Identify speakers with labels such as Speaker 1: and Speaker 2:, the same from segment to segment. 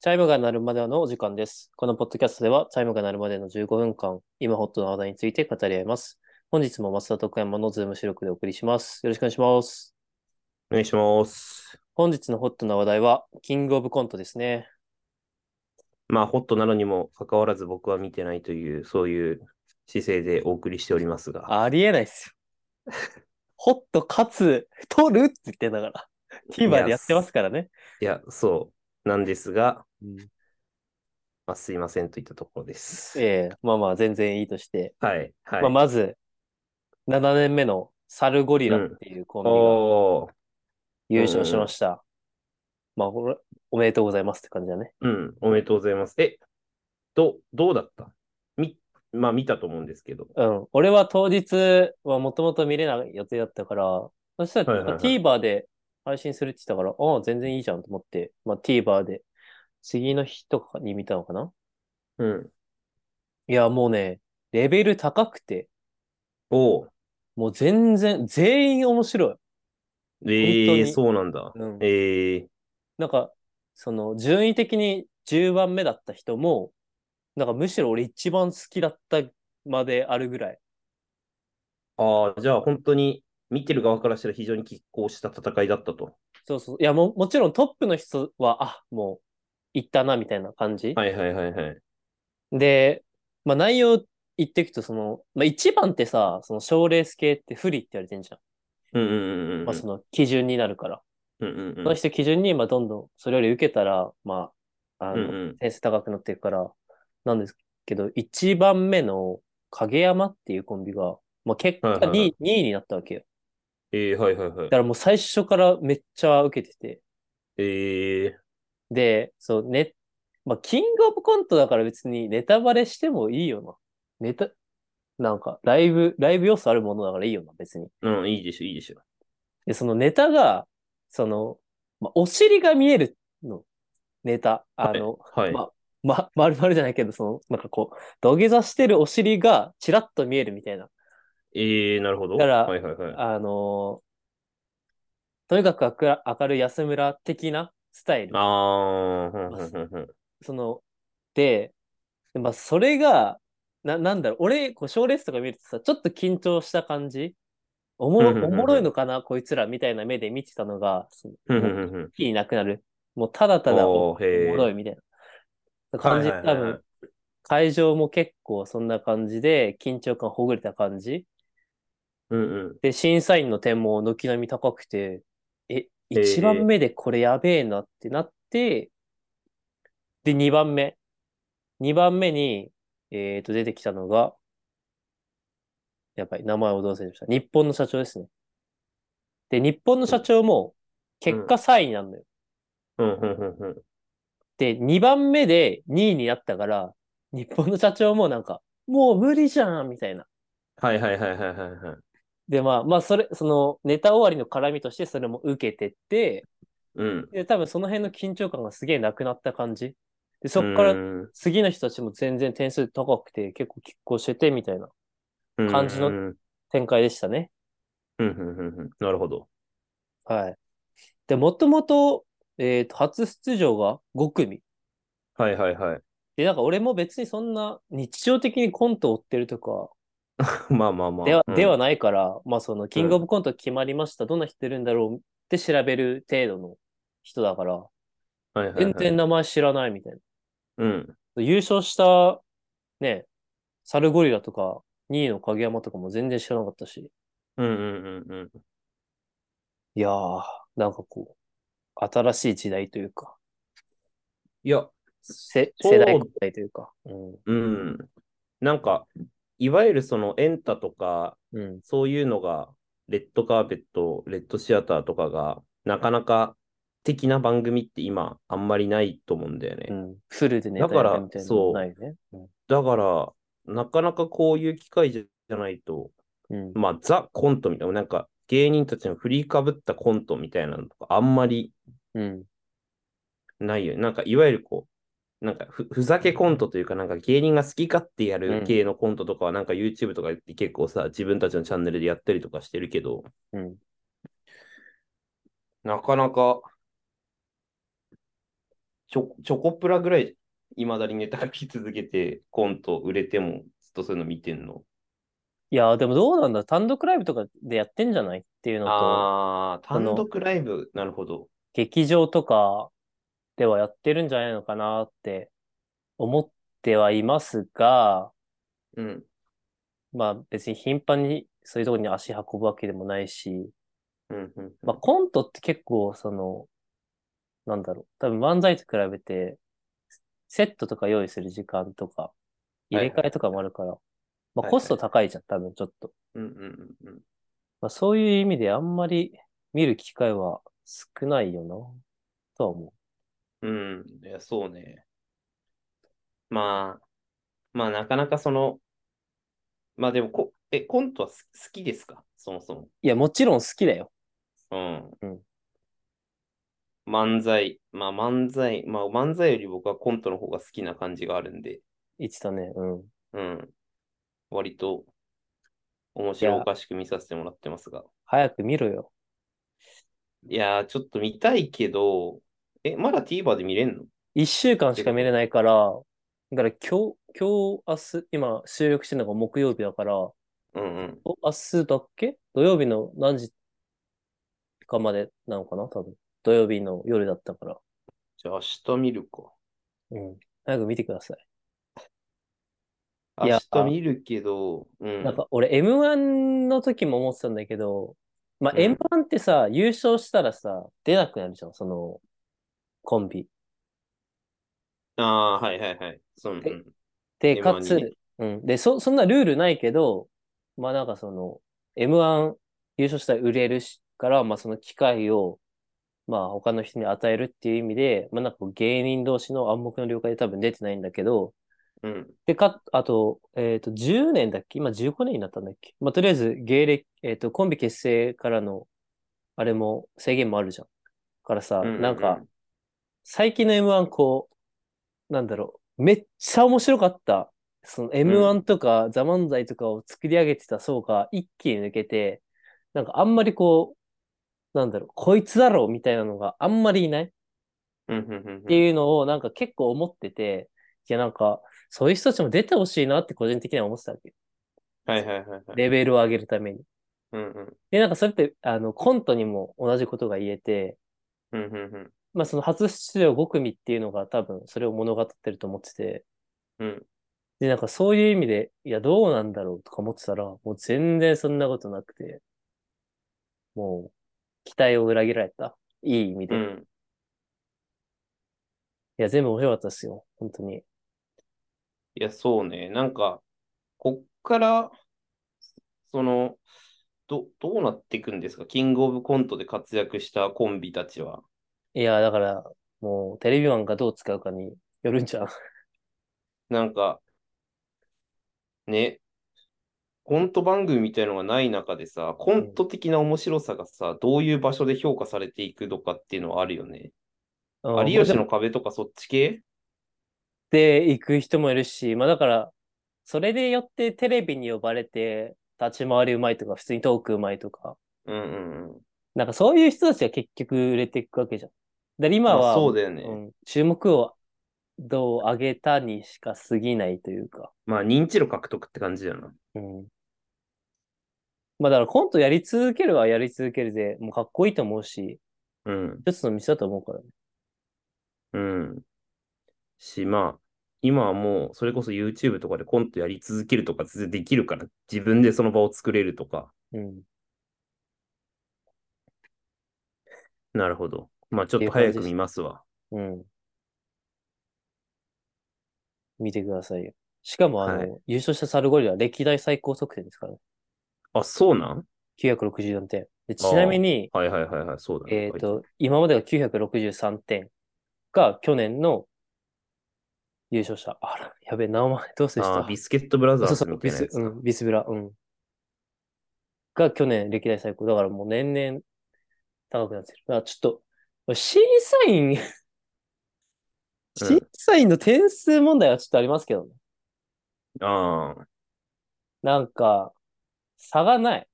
Speaker 1: チャイムが鳴るまでのお時間です。このポッドキャストでは、チャイムが鳴るまでの15分間、今ホットな話題について語り合います。本日も松田徳山のズーム収録でお送りします。よろしくお願いします。
Speaker 2: お願いします。
Speaker 1: 本日のホットな話題は、キングオブコントですね。
Speaker 2: まあ、ホットなのにもかかわらず僕は見てないという、そういう姿勢でお送りしておりますが、
Speaker 1: ありえないっすよ。ホットかつ、取るって言ってんだから。TVer でやってますからね。
Speaker 2: いや、そうなんですが、
Speaker 1: うん
Speaker 2: まあ、すいませんといったところです。
Speaker 1: ええまあまあ、全然いいとして。
Speaker 2: はい、はい。
Speaker 1: まあ、まず、7年目のサルゴリラっていうコンビが、
Speaker 2: おー
Speaker 1: 優勝しました。まあ、ほらおめでとうございますって感じだね。
Speaker 2: うん、おめでとうございます。え、ど、どうだったみ、まあ、見たと思うんですけど。
Speaker 1: うん。俺は当日はもともと見れない予定だったから、そした
Speaker 2: はいはい
Speaker 1: ら
Speaker 2: はい
Speaker 1: TVer で配信するって言ってたから、ああ、全然いいじゃんと思って、まあ、TVer で次の日とかに見たのかな
Speaker 2: うん。
Speaker 1: いや、もうね、レベル高くて、
Speaker 2: おー
Speaker 1: もう全然、全員面白い。
Speaker 2: え
Speaker 1: 本当
Speaker 2: え
Speaker 1: に
Speaker 2: そうなんだ。
Speaker 1: うん。
Speaker 2: ええ
Speaker 1: なんか、その、順位的に10番目だった人も、なんかむしろ俺一番好きだったまであるぐらい。
Speaker 2: ああ、じゃあ本当に見てる側からしたら非常に拮抗した戦いだったと。
Speaker 1: そうそう。いや、も、もちろんトップの人は、あ、もう、行ったな、みたいな感じ。
Speaker 2: はいはいはいはい。
Speaker 1: で、まあ、内容言っていくと、その、まあ、一番ってさ、その、賞レース系って不利って言われてんじゃん。
Speaker 2: うんうんうんうん。
Speaker 1: まあ、その、基準になるから。
Speaker 2: うんうんうん
Speaker 1: その人基準に、まあ、どんどん、それより受けたら、まあ、あ
Speaker 2: うん
Speaker 1: の、
Speaker 2: うん
Speaker 1: 点数高くなっていくから、なんですけど、一番目の影山っていうコンビが、まあ、結果
Speaker 2: はいはいはい
Speaker 1: 2位、2位になったわけよ。
Speaker 2: えー、はいはいはい
Speaker 1: だか。らもう最初からめっちゃ受けてて。
Speaker 2: え
Speaker 1: で、そうね、まあ、キングオブコントだから別にネタバレしてもいいよな。ネタ、なんか、ライブ、ライブ要素あるものだからいいよな、別に。
Speaker 2: ー、うん、いいでしょ、いいでしょ。
Speaker 1: で、そのネタが、その、まあ、お尻が見えるの、ネタ。あの、
Speaker 2: はい。
Speaker 1: まま、 まるまるじゃないけど、その、なんかこう、土下座してるお尻がチラッと見えるみたいな。
Speaker 2: えー、なるほど。
Speaker 1: だから
Speaker 2: はいはいはい。
Speaker 1: あのーとにかく明る明るい安村的なスタイル。
Speaker 2: あー、ふんふんふんふん
Speaker 1: その、で、でまあ、それが、な、なんだろう、俺、こう、賞レースとか見るとさ、ちょっと緊張した感じおもろ、
Speaker 2: うんうんう
Speaker 1: お
Speaker 2: んうん
Speaker 1: もろいのかな、こいつら、みたいな目で見てたのが、その
Speaker 2: ふんふんふんふん。
Speaker 1: 一気になくなる。もう、ただただお、
Speaker 2: おーへー
Speaker 1: おもろいみたいな感じ。
Speaker 2: はいはいはいはい
Speaker 1: 多分、会場も結構そんな感じで、緊張感ほぐれた感じ。
Speaker 2: うんうん。
Speaker 1: で、審査員の点も軒並み高くて、え、
Speaker 2: ー
Speaker 1: 1番目でこれやべえなってなって、で、2番目。2番目に、えっと、出てきたのが、やっぱり名前をどうせました。日本の社長ですね。で、日本の社長も、結果3位になるのよ。
Speaker 2: うんふんふんふん。
Speaker 1: で、2番目で2位になったから、日本の社長もなんか、もう無理じゃんみたいな。
Speaker 2: はいはいはいはいはいはい。
Speaker 1: で、まあ、まあ、それ、その、ネタ終わりの絡みとして、それも受けてって、
Speaker 2: うん。
Speaker 1: で、多分その辺の緊張感がすげえなくなった感じ。で、そっから
Speaker 2: ら
Speaker 1: 次の人たちも全然点数高くて、結構拮抗しててみたいな感じの
Speaker 2: うん
Speaker 1: 展開でしたね。
Speaker 2: ふんふんふんふん。なるほど。
Speaker 1: はい。で、もともと、えっと、初出場が5組。
Speaker 2: はいはいはい。
Speaker 1: で、なんか俺も別にそんな日常的にコントを追ってるとか
Speaker 2: まあまあまあ。
Speaker 1: では,、
Speaker 2: うん
Speaker 1: ではないから、まあその、キングオブコント決まりました、どんな人いるんだろうって調べる程度の人だから、
Speaker 2: はいはいはい
Speaker 1: 全然名前知らないみたいな。
Speaker 2: うん。
Speaker 1: 優勝した、ね、サルゴリラとか、2位の影山とかも全然知らなかったし、
Speaker 2: うんうんうんうん。
Speaker 1: いやー、なんかこう、新しい時代というか、
Speaker 2: いや、
Speaker 1: せ
Speaker 2: そう
Speaker 1: 世代交代というか、うん。
Speaker 2: うん。なんか、いわゆるそのエンタとか、
Speaker 1: うん。
Speaker 2: そういうのが、レッドカーペット、レッドシアターとかが、なかなか的な番組って今、あんまりないと思うんだよね。
Speaker 1: うん、フルでネタやるみたいなのもないよね。うん
Speaker 2: だから、なかなかこういう機会じゃじゃないと、
Speaker 1: うん。
Speaker 2: まあ、ザ・コントみたいな、なんか、芸人たちの振りかぶったコントみたいなのとか、あんまり
Speaker 1: うん。
Speaker 2: ないよね。なんか、いわゆるこう、なんかふ、ふざけコントというか、なんか芸人が好き勝手や
Speaker 1: うん
Speaker 2: る系のコントとかは、なんか YouTube とかで結構さ、自分たちのチャンネルでやったりとかしてるけど、
Speaker 1: うん。
Speaker 2: なかなか、チョ、チョコプラぐらい、いまだにネタ書き続けて、コント売れても、ずっとそういうの見てんの。
Speaker 1: いや、でもどうなんだ単独ライブとかでやってんじゃないっていうのと、
Speaker 2: ああ、
Speaker 1: あの
Speaker 2: 単独ライブ、なるほど。
Speaker 1: 劇場とかではやってるんじゃないのかなって思ってはいますが、
Speaker 2: うん。
Speaker 1: まあ別に頻繁にそういうところに足運ぶわけでもないし、
Speaker 2: うん、うん。
Speaker 1: まあ、コントって結構その、なんだろう、多分漫才と比べて、セットとか用意する時間とか、入れ替えとかもあるから、まあ
Speaker 2: はいはい
Speaker 1: コスト高いじゃん、多分ちょっと。
Speaker 2: うん、うん、うん。
Speaker 1: まあそういう意味であんまり見る機会は少ないよな、とは思。
Speaker 2: うん、いや、そうね。まあ、まあ、なかなかその、まあでもこ、え、コントはす好きですかそもそう
Speaker 1: いや、もちろん好きだよ。
Speaker 2: も。う
Speaker 1: うん
Speaker 2: ん。漫才、まあ漫才、まあ漫才より僕はコントの方が好きな感じがあるんで、
Speaker 1: 言ってたね。うん。
Speaker 2: うん。割と、面白おかしく見させてもらってますが。
Speaker 1: 早く見ろよ。
Speaker 2: いやー、ちょっと見たいけど、え、まだ TVer で見れんの
Speaker 1: 一週間しか見れないから、だから今日、今日、明日、今収録してるのが木曜日だから、
Speaker 2: うんうん。
Speaker 1: お明日だっけ土曜日の何時かまでなのかな多分。土曜日の夜だったから。
Speaker 2: じゃあ明日見るか。
Speaker 1: うん。早く見てください。いや
Speaker 2: 明日見るけど、うん。
Speaker 1: なんか俺 M1 の時も思ってたんだけど、まあ、
Speaker 2: うん
Speaker 1: M1 ってさ、優勝したらさ、出なくなるじゃん、その、コンビ。
Speaker 2: ああ、はいはいはい。そう、うん
Speaker 1: え
Speaker 2: うん。
Speaker 1: で、
Speaker 2: M1
Speaker 1: かつ、
Speaker 2: にね
Speaker 1: うん。で、そ、そんなルールないけど、まあなんかその、M1 優勝したら売れるしから、まあその機会を、まあ他の人に与えるっていう意味で、まあなんかこう芸人同士の暗黙の了解で多分出てないんだけど、
Speaker 2: うん。
Speaker 1: で、か、あと、えっと、10年だっけ今15年になったんだっけまあとりあえず芸歴、えっと、コンビ結成からの、あれも制限もあるじゃん。からさ、
Speaker 2: うんうんうん
Speaker 1: なんか、最近の M1 こう、なんだろう、めっちゃ面白かった。その M1 とか、ザ・漫才とかを作り上げてた層が一気に抜けて、なんかあんまりこう、なんだろう、こいつだろうみたいなのがあんまりいないっ
Speaker 2: うんうんうん
Speaker 1: ていうのをなんか結構思ってて、いやなんか、そういう人たちも出てほしいなって個人的には思ってたわけ。
Speaker 2: はいはいはいはい。
Speaker 1: レベルを上げるために。
Speaker 2: うんうん。
Speaker 1: で、なんかそれって、あの、コントにも同じことが言えて、
Speaker 2: うんうん
Speaker 1: まあ、その初出場5組っていうのが多分それを物語ってると思ってて、
Speaker 2: うん
Speaker 1: で、なんかそういう意味で、いや、どうなんだろうとか思ってたら、もう全然そんなことなくて、もう、期待を裏切られた。いい意味
Speaker 2: う
Speaker 1: で。
Speaker 2: ん。う
Speaker 1: い
Speaker 2: ん。
Speaker 1: や、全部面白かったですよ。本当に。
Speaker 2: いや、そうね。なんか、こっから、その、ど、どうなっていくんですかキングオブコントで活躍したコンビたちは。
Speaker 1: いや、だから、もう、テレビマンがどう使うかによるんじゃん。
Speaker 2: なんか、ね、コント番組みたいのがない中でさ、コント的な面白さがさ、どういう場所で評価されていくのかっていうのはあるよね。有吉
Speaker 1: うん
Speaker 2: の壁とかそっち系
Speaker 1: で行く人もいるし、まあだから、それでよってテレビに呼ばれて、立ち回りうまいとか、普通にトークうまいとか、
Speaker 2: うんうんうん。
Speaker 1: なんかそういう人たちが結局売れていくわけじゃん。だから今
Speaker 2: まあ
Speaker 1: は、
Speaker 2: そうだよね。
Speaker 1: うん、注目をどう上げたにしか過ぎないというか。
Speaker 2: まあ認知度獲得って感じだよな。
Speaker 1: うん。まあだからコントやり続けるはやり続けるで、もうかっこいいと思うし、
Speaker 2: うん。
Speaker 1: 一つの道だと思うからね。
Speaker 2: うん。し、まあ、今はもう、それこそ YouTube とかでコントやり続けるとか全然できるから、自分でその場を作れるとか。
Speaker 1: うん。
Speaker 2: なるほど。まあちょ
Speaker 1: って
Speaker 2: っ
Speaker 1: いう
Speaker 2: と
Speaker 1: 感じ
Speaker 2: 早
Speaker 1: です
Speaker 2: く見ますわ。
Speaker 1: うん。見てくださいよ。しかもあの、
Speaker 2: はい
Speaker 1: 優勝したサルゴリラは歴代最高得点ですからね。
Speaker 2: あ、そうなん
Speaker 1: 964点。でちなみに、
Speaker 2: はいはいはいはい、そうだね。
Speaker 1: えっ、と、今までが963点が去年の優勝者。あら、やべえ、名前どうせ
Speaker 2: 書い
Speaker 1: して
Speaker 2: あ
Speaker 1: た
Speaker 2: ー、ビスケットブラザー
Speaker 1: そう
Speaker 2: ズ
Speaker 1: そ
Speaker 2: み
Speaker 1: う、
Speaker 2: たい
Speaker 1: ビ
Speaker 2: なや
Speaker 1: ス、
Speaker 2: つ
Speaker 1: う
Speaker 2: か。
Speaker 1: ん、ビスブラ、うん。が去年歴代最高。だからもう年々高くなってる。だからちょっと、俺審査員、審査員の点数問題はちょっとありますけどね。
Speaker 2: ああ、
Speaker 1: なんか、差がない。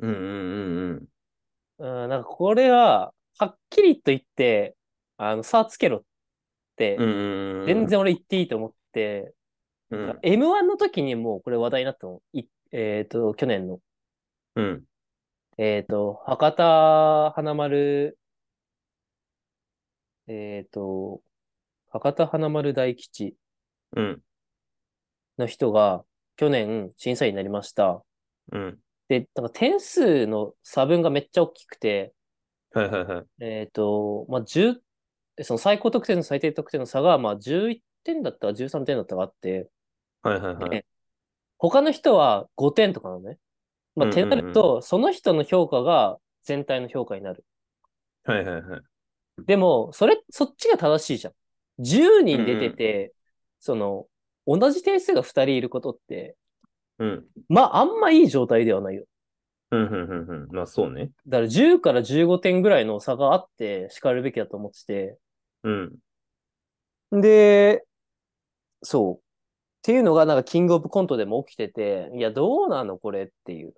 Speaker 2: うんうんうんうん。
Speaker 1: うん、なんかこれは、はっきりと言って、あの、差つけろっって、
Speaker 2: うん。
Speaker 1: 全然俺言っていいと思って、
Speaker 2: うん。
Speaker 1: M1 の時にもうこれ話題になったの。いえっ、と、去年の、
Speaker 2: うん。
Speaker 1: えっ、と、博多華丸、えっ、と、博多華丸大吉
Speaker 2: うん。
Speaker 1: の人が、去年審査員になりました。
Speaker 2: うん。
Speaker 1: で、なんか点数の差分がめっちゃ大きくて、
Speaker 2: はいはいはい。
Speaker 1: えっ、と、まあ、10、その最高得点と最低得点の差が、まあ、11点だったか13点だったかあって、
Speaker 2: はいはいはい。
Speaker 1: で他の人は5点とかなのね。まあ、
Speaker 2: うん
Speaker 1: ってなると、その人の評価が全体の評価になる。
Speaker 2: はいはいはい。
Speaker 1: でも、それ、そっちが正しいじゃん。10人出てて、その、同じ点数が2人いることって、
Speaker 2: うん。
Speaker 1: まあ、あんまいい状態ではないよ。
Speaker 2: うんうんうんうん。まあそうね。
Speaker 1: だから10から15点ぐらいの差があって、叱るべきだと思ってて、
Speaker 2: うん。
Speaker 1: で、そう。っていうのが、なんか、キングオブコントでも起きてて、いや、どうなのこれっていう。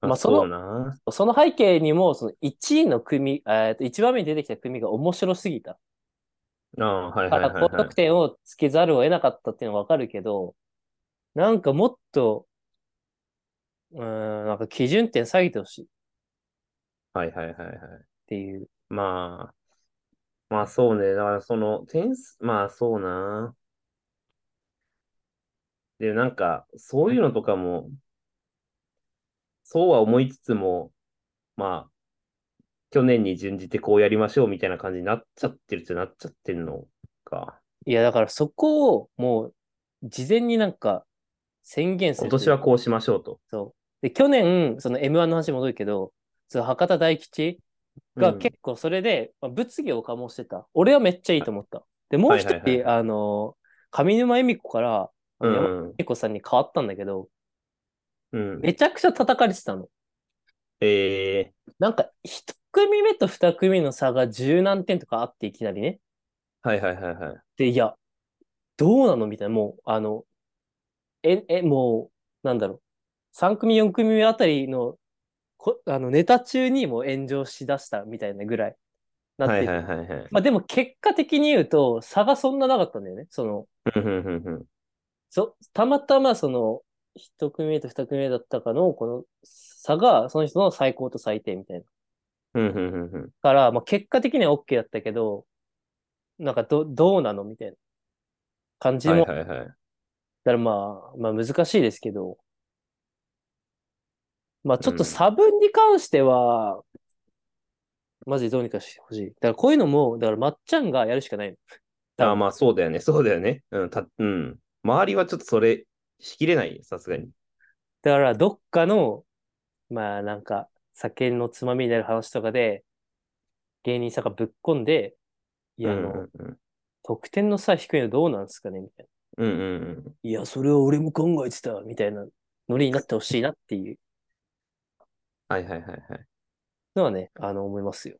Speaker 1: まあその
Speaker 2: そうな。
Speaker 1: その背景にも、その1位の組、えっと、1番目に出てきた組が面白すぎた。
Speaker 2: ああ、はい
Speaker 1: か
Speaker 2: はい
Speaker 1: ら、
Speaker 2: はい
Speaker 1: 高
Speaker 2: はい
Speaker 1: 得。点をつけざるを得なかったっていうのはわかるけど、なんかもっと、うーん、なんか基準点下げてほしいっ
Speaker 2: はいはいはいはい。
Speaker 1: ていう。
Speaker 2: まあ、まあそうね。だからその、点数、まあそうな。で、なんか、そういうのとかも、そうは思いつつも、まあ、去年に準じてこうやりましょうみたいな感じになっちゃってるってなっちゃってんのか。
Speaker 1: いや、だからそこを、もう、事前になんか、宣言する
Speaker 2: 今
Speaker 1: という
Speaker 2: 年はこうしましょうと。
Speaker 1: そう。で、去年、その M1 の話戻るけど、その博多大吉が
Speaker 2: うん
Speaker 1: 結構それで、まあ、物議を醸してた。俺はめっちゃいいと思った。で、もう一
Speaker 2: はいはい
Speaker 1: 人、あのー、上沼恵美子から、あ
Speaker 2: う
Speaker 1: の
Speaker 2: ん
Speaker 1: 山田恵美子さんに変わったんだけど、
Speaker 2: うん。うん。
Speaker 1: めちゃくちゃ叩かれてたの。
Speaker 2: ええ
Speaker 1: なんか、一組目と二組の差が十何点とかあって、いきなりね。
Speaker 2: はいはいはいはい。
Speaker 1: で、いや、どうなのみたいな、もう、あの、え、え、もう、なんだろう。3組、4組目あたりの、こあのネタ中にもう炎上しだしたみたいなぐらいなって
Speaker 2: はい
Speaker 1: て、
Speaker 2: はいはいはい。
Speaker 1: まあでも結果的に言うと、差がそんななかったんだよね。その、
Speaker 2: うんうんうんうん。
Speaker 1: そたまたまその、1組目と2組目だったかの、この差が、その人の最高と最低みたいな。
Speaker 2: うんうんうんうん。
Speaker 1: から、まあ、結果的には OK だったけど、なんかど、どうなのみたいな感じ
Speaker 2: はい
Speaker 1: も
Speaker 2: はいはい。
Speaker 1: だからまあ、まあ難しいですけど、まあちょっ
Speaker 2: う
Speaker 1: と
Speaker 2: ん
Speaker 1: 差分に関しては、マジでどうにかしてほしい。だからこういうのも、だからまっちゃんがやるしかないの。
Speaker 2: ああ、まあそうだよね、そうだよね。うん、た、うん。周りはちょっとそれ、しきれないよ、さすがに。
Speaker 1: だからどっかの、まあなんか、酒のつまみになる話とかで、芸人さんがぶっこんで、いや、あの、
Speaker 2: うんうん
Speaker 1: 得点の差低いのどうなんすかねみたい
Speaker 2: うん。うんうんうん。
Speaker 1: な。いや、それは俺も考えてた、みたいなノリになってほしいなっていう
Speaker 2: はいはいはいはい。
Speaker 1: のはね、あの、思いますよ。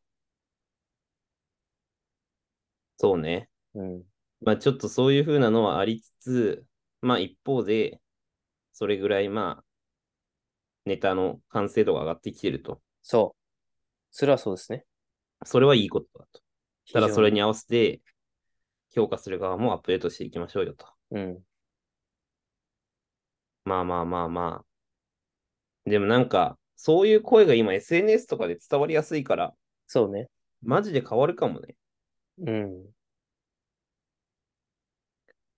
Speaker 2: そうね。
Speaker 1: うん。
Speaker 2: まあちょっとそういう風なのはありつつ、まあ一方で、それぐらいまあ、ネタの完成度が上がってきてると。
Speaker 1: そう。それはそうですね。
Speaker 2: それはいいことだと。ただそれ
Speaker 1: に。
Speaker 2: に合わせて、評価する側もアップデートしていきましょうよと。
Speaker 1: うん。
Speaker 2: まあまあまあまあ。でもなんか、そういう声が今 SNS とかで伝わりやすいから、
Speaker 1: そうね。
Speaker 2: マジで変わるかもね。
Speaker 1: うん。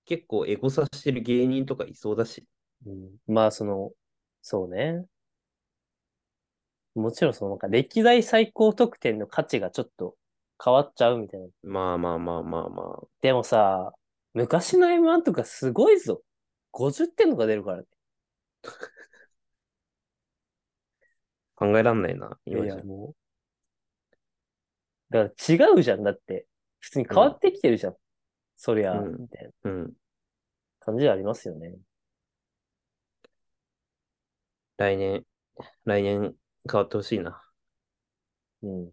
Speaker 2: 結構エゴサしてる芸人とかいそうだし。
Speaker 1: うん、まあ、その、そうね。もちろん、その、なんか、歴代最高得点の価値がちょっと変わっちゃうみたいな。
Speaker 2: まあまあまあまあまあ。
Speaker 1: でもさ、昔の M1 とかすごいぞ。50点とか出るからね。
Speaker 2: 考えらんないな、
Speaker 1: い
Speaker 2: 今じゃ
Speaker 1: や、。もう。だから違うじゃん。だって、普通に変わってきてるじゃん。そりゃ、
Speaker 2: うん
Speaker 1: みたいな
Speaker 2: うん。
Speaker 1: 感じはありますよね。
Speaker 2: 来年、来年変わってほしいな。
Speaker 1: うん。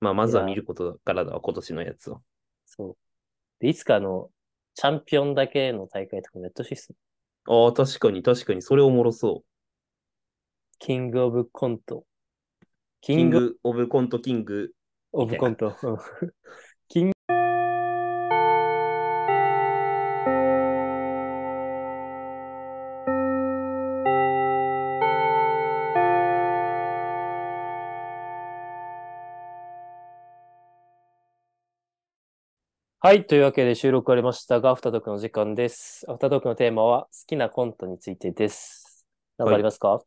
Speaker 2: まあまずはい
Speaker 1: や
Speaker 2: 見ることからだわ、今年のやつを。
Speaker 1: そう。で、いつかあの、チャンピオンだけの大会とかもやってほしいっすね。
Speaker 2: ああ、確かに確かに、それおもろそ
Speaker 1: キングオブコント。
Speaker 2: う。
Speaker 1: キ
Speaker 2: キン
Speaker 1: ング
Speaker 2: グ・オブ・コント・キング。
Speaker 1: オブコント。うん はい。というわけで収録終わりましたが、アフタートークの時間です。アフタートークのテーマは、好きなコントについてです。何かありますか、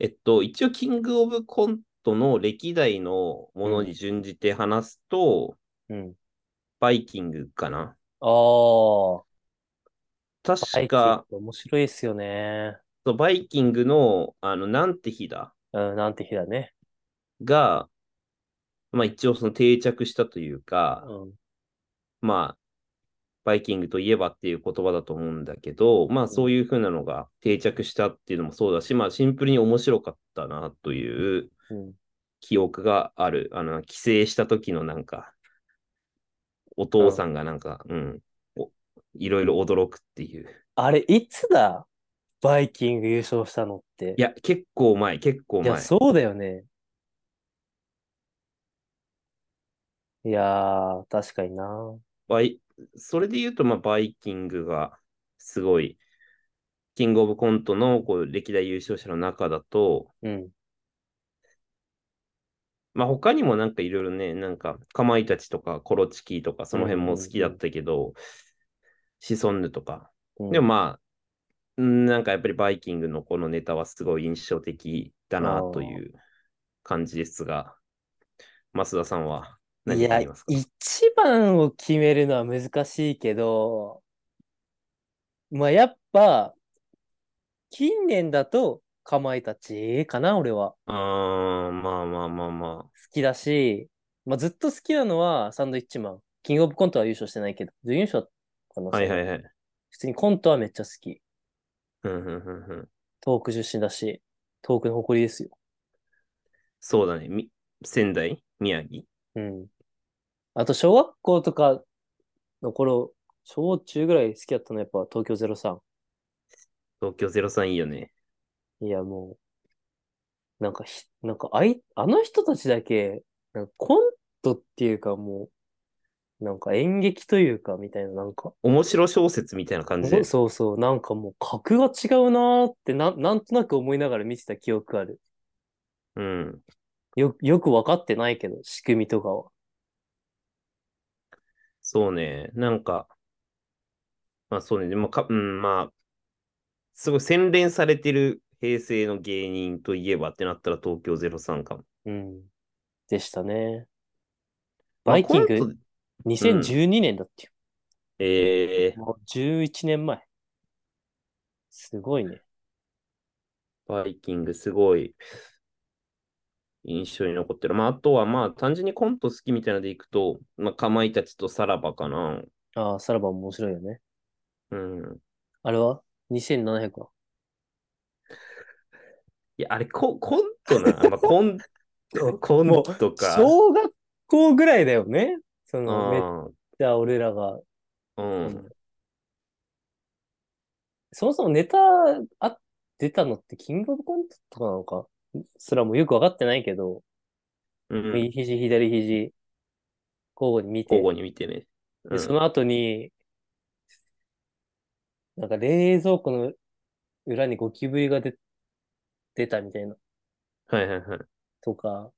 Speaker 2: えっと、一応、キングオブコントの歴代のものに準じて話すと、
Speaker 1: うん。
Speaker 2: バイキングかな。
Speaker 1: ああ。
Speaker 2: 確か、
Speaker 1: 面白いですよね。
Speaker 2: そうバイキングの、あの、なんて日だ
Speaker 1: うん、なんて日だね。
Speaker 2: が、まあ一応その定着したというか、
Speaker 1: うん。
Speaker 2: まあ、バイキングといえばっていう言葉だと思うんだけど、まあそういうふうなのが定着したっていうのもそうだし、まあシンプルに面白かったなという
Speaker 1: うん、
Speaker 2: 記憶がある。あの、帰省した時のなんか、お父さんがなんか、うん、おいろいろ驚くっていう。
Speaker 1: あれ、いつだバイキング優勝したのって。
Speaker 2: いや、結構前、結構
Speaker 1: いや
Speaker 2: 前。
Speaker 1: そうだよね。いやー、確かにな。
Speaker 2: バイ、それで言うと、まあ、バイキングがすごい、キングオブコントのこう歴代優勝者の中だと、
Speaker 1: うん。
Speaker 2: まあ、他にもなんかいろいろね、なんか、かまいたちとか、コロチキとか、その辺も好きだったけど、シソンヌとか。
Speaker 1: うん、
Speaker 2: でもまあ、うんなんかやっぱりバイキングのこのネタはすごい印象的だなという感じですが、増田さんはい何かあ
Speaker 1: や
Speaker 2: ります、か
Speaker 1: 一番を決めるのは難しいけど、まあやっぱ、近年だと、かまいたちかな、俺は。
Speaker 2: あー、まあまあまあま
Speaker 1: 好きだし、まあずっと好きなのはサンドイッチマン。キングオブコントは優勝してないけど、準優勝かな、
Speaker 2: あ。はいはいはい。
Speaker 1: 普通にコントはめっちゃ好き。
Speaker 2: うんうんうんうん
Speaker 1: 東北出身だし、東北の誇りですよ。
Speaker 2: そうだね。み仙台宮城
Speaker 1: うん。あと、小学校とかの頃、小中ぐらい好きだったのはやっぱ東京03。
Speaker 2: 東京03いいよね。
Speaker 1: いや、もう、なんかひ、なんかあい、あの人たちだけ、なんかコントっていうかもう、なんか演劇というか、みたいな、なんか、
Speaker 2: 面白小説みたいな感じで。
Speaker 1: そうそう、なんかもう格が違うなーってな、なんとなく思いながら見てた記憶ある。
Speaker 2: うん。
Speaker 1: よ、よくわかってないけど、仕組みとかは。
Speaker 2: そうね。なんか、まあそうね。でもか、うん、まあ、すごい洗練されてる平成の芸人といえばってなったら東京03かも。
Speaker 1: うん。でしたね。
Speaker 2: まあ
Speaker 1: バイキン
Speaker 2: コ
Speaker 1: グ
Speaker 2: ント
Speaker 1: 2012年だってよ
Speaker 2: えー、
Speaker 1: もう11年前。すごいね。
Speaker 2: バイキングすごい印象に残ってる。まああとはまあ単純にコント好きみたいなのでいくと、まあかまいたちとさらばかな。
Speaker 1: ああ、さらば面白いよね。
Speaker 2: うん。
Speaker 1: あれは ?2700 か。
Speaker 2: いや、あれコ、 コントな、まあ、コント、コントか。
Speaker 1: 小学校ぐらいだよね。その、めっ
Speaker 2: あ
Speaker 1: ちゃ俺らが。
Speaker 2: あうん。
Speaker 1: そもそもネタあ出たのってキングオブコントとかなのかすらもよくわかってないけど、
Speaker 2: うん。
Speaker 1: 右肘、左肘、交互に見て、
Speaker 2: 交互に見てね。う
Speaker 1: で
Speaker 2: ん
Speaker 1: その後に、なんか冷蔵庫の裏にゴキブリが出出たみたいな。
Speaker 2: はいはいはい。
Speaker 1: とか、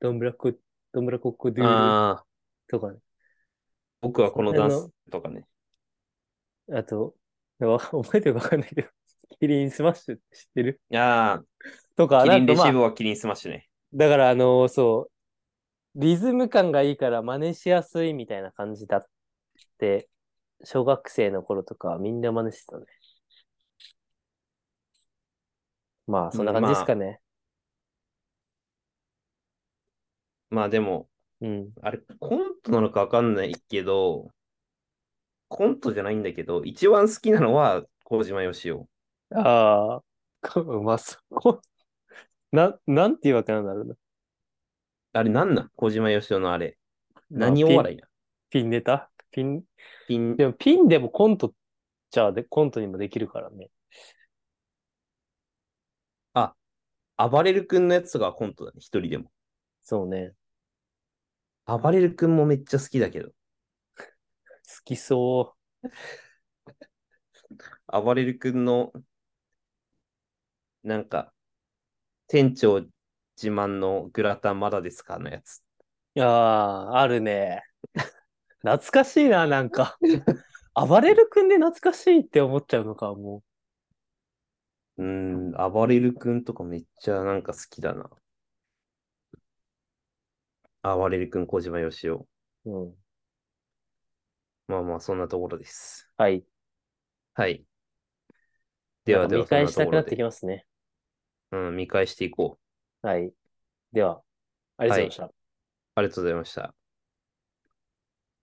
Speaker 1: どんぶらこ、どんぶらこっこドゥー
Speaker 2: ああ、
Speaker 1: とかね。
Speaker 2: 僕はこのダンスとかね。
Speaker 1: あと、 わ覚えてるかわかんないけど、キリンスマッシュって知ってる
Speaker 2: あ
Speaker 1: と
Speaker 2: あ、
Speaker 1: か、
Speaker 2: キ
Speaker 1: な
Speaker 2: リン
Speaker 1: ん
Speaker 2: レ
Speaker 1: か
Speaker 2: シ
Speaker 1: ま
Speaker 2: ー
Speaker 1: あ、
Speaker 2: ブはキリンスマッシュね。
Speaker 1: だからあのそう、リズム感がいいから真似しやすいみたいな感じだって、小学生の頃とかはみんな真似してたね。まあ、そんな感じですかね。
Speaker 2: まあでも、
Speaker 1: うん。
Speaker 2: あれ、コントなのかわかんないけど、コントじゃないんだけど、一番好きなのは、麹島よしお。
Speaker 1: ああ、うまそう。な、なんていうわけなんだろうな。
Speaker 2: あれ、なんなん麹島よしおのあれ。
Speaker 1: まあ
Speaker 2: 何お笑いな
Speaker 1: ピンピンネタピン、
Speaker 2: ピン、
Speaker 1: でもピンでもコントじゃあでコントにもできるからね。
Speaker 2: 暴れる君のやつがコントだね、一人でも。
Speaker 1: そうね。
Speaker 2: 暴れる君もめっちゃ好きだけど。
Speaker 1: 好きそ
Speaker 2: 暴れる君の、なんか、店長自慢のグラタンまだですかのやつ。
Speaker 1: う。ああ、あるね。 懐かしいな、なんか。暴れる君で懐かしいって思っちゃうのか、も
Speaker 2: うん、暴れる君とかめっちゃなんか好きだな。暴れる君、小島よしお。
Speaker 1: う。うん。
Speaker 2: まあまあ、そんなところです。
Speaker 1: はい。
Speaker 2: はい。ではで
Speaker 1: なん
Speaker 2: は、
Speaker 1: か
Speaker 2: そん
Speaker 1: 見返
Speaker 2: な
Speaker 1: した
Speaker 2: とこ
Speaker 1: くな
Speaker 2: ろ
Speaker 1: って
Speaker 2: で。
Speaker 1: きますね。
Speaker 2: うん、見返していこう。
Speaker 1: はい。では、ありがとうございました。
Speaker 2: ありがとうございました。